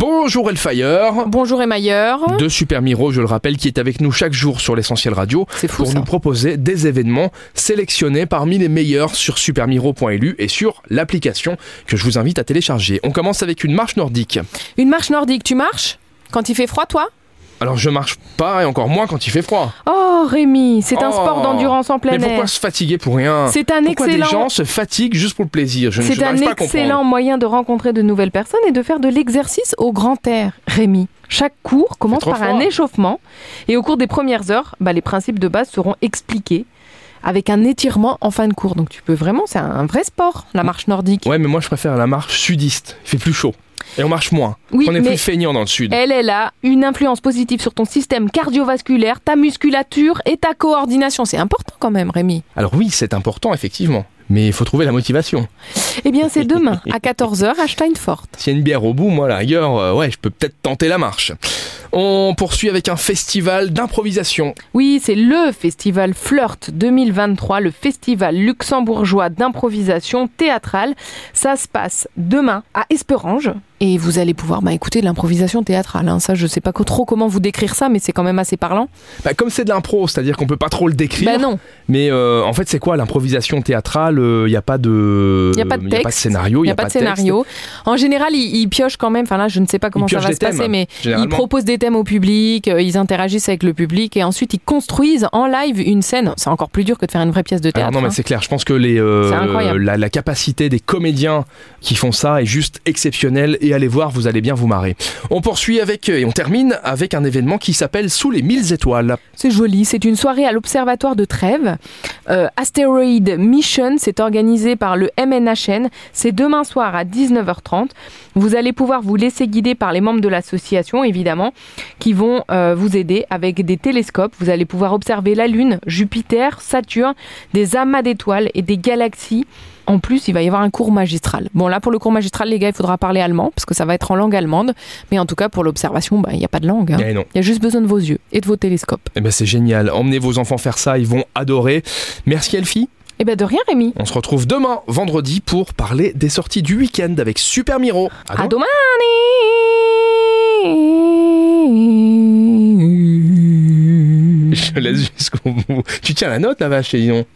Bonjour Elfire Bonjour Emmailleur. de Super Miro, je le rappelle, qui est avec nous chaque jour sur l'essentiel radio C'est fou pour ça. nous proposer des événements sélectionnés parmi les meilleurs sur supermiro.lu et sur l'application que je vous invite à télécharger. On commence avec une marche nordique. Une marche nordique, tu marches Quand il fait froid, toi Alors je marche pas et encore moins quand il fait froid. Oh Rémi, c'est un Oh. sport d'endurance en plein Mais pourquoi air. se fatiguer pour rien C'est un Pourquoi des excellent, gens se fatiguent juste pour le plaisir Je ne je c'est un n'arrive pas à comprendre. excellent moyen de rencontrer de nouvelles personnes et de faire de l'exercice au grand air, Rémi. Chaque cours commence trop par un froid. échauffement et au cours des premières heures, bah, les principes de base seront expliqués avec un étirement en fin de cours. Donc tu peux vraiment, c'est un vrai sport, la marche nordique. Mm. Ouais, mais moi je préfère la marche sudiste. Il fait plus chaud et on marche moins. Oui, on est mais Eh. plus feignant dans le sud. Elle, elle a une influence positive sur ton système cardiovasculaire, ta musculature et ta coordination. C'est important quand même, Rémi. Alors oui, c'est important effectivement, mais il faut trouver la motivation. Eh bien, c'est demain, à 14h, à Steinfort. S'il y a une bière au bout, moi, à la rigueur, euh, ouais, je peux peut-être tenter la marche. On poursuit avec un festival d'improvisation. Oui, c'est le Festival Flirt 2023, le festival luxembourgeois d'improvisation théâtrale. Ça se passe demain à Esperange. Et vous allez pouvoir bah, écouter de l'improvisation théâtrale. hein. Ça, je sais pas co- trop comment vous décrire ça, mais c'est quand même assez parlant. Bah, comme c'est de l'impro, c'est-à-dire qu'on peut pas trop le décrire. Bah non, Mais euh, en fait, c'est quoi l'improvisation théâtrale Il n'y a pas de. Il y a pas de il y texte. scénario. Il il n'y a, pas de scénario. En général, ils ils piochent quand même. Enfin là, je ne sais pas comment ça piochent va des se passer, thèmes. mais texte, Ils généralement. proposent des thèmes au public, euh, ils interagissent avec le public et ensuite ils construisent en live une scène. C'est encore plus dur que de faire une vraie pièce de Alors théâtre. non mais hein. c'est clair, je pense que les, euh, C'est incroyable. la, la capacité des comédiens qui font ça est juste exceptionnelle et allez voir, vous allez bien vous marrer. On poursuit avec, et on termine avec un événement qui s'appelle Sous les mille étoiles. C'est joli, c'est une soirée à l'Observatoire de Trèves. Euh, Asteroid Mission, c'est organisé par le MNHN. C'est demain soir à 19h30. Vous allez pouvoir vous laisser guider par les membres de l'association, évidemment, qui vont euh, vous aider avec des télescopes. Vous allez pouvoir observer la Lune, Jupiter, Saturne, des amas d'étoiles et des galaxies. En plus, il va y avoir un cours magistral. Bon, là, pour le cours magistral, les gars, il faudra parler allemand, parce que ça va être en langue allemande. Mais en tout cas, pour l'observation, bah, il n'y a pas de langue. hein. Eh non. Il y a juste besoin de vos yeux et de vos télescopes. Eh ben c'est génial, emmenez vos enfants faire ça, ils vont adorer. Merci Elfie, Eh ben de rien, Rémi. on se retrouve demain, vendredi, pour parler des sorties du week-end avec Super Miro. À À demain. demain. Je laisse jusqu'au bout. Tu tiens la note la vache, et dis donc.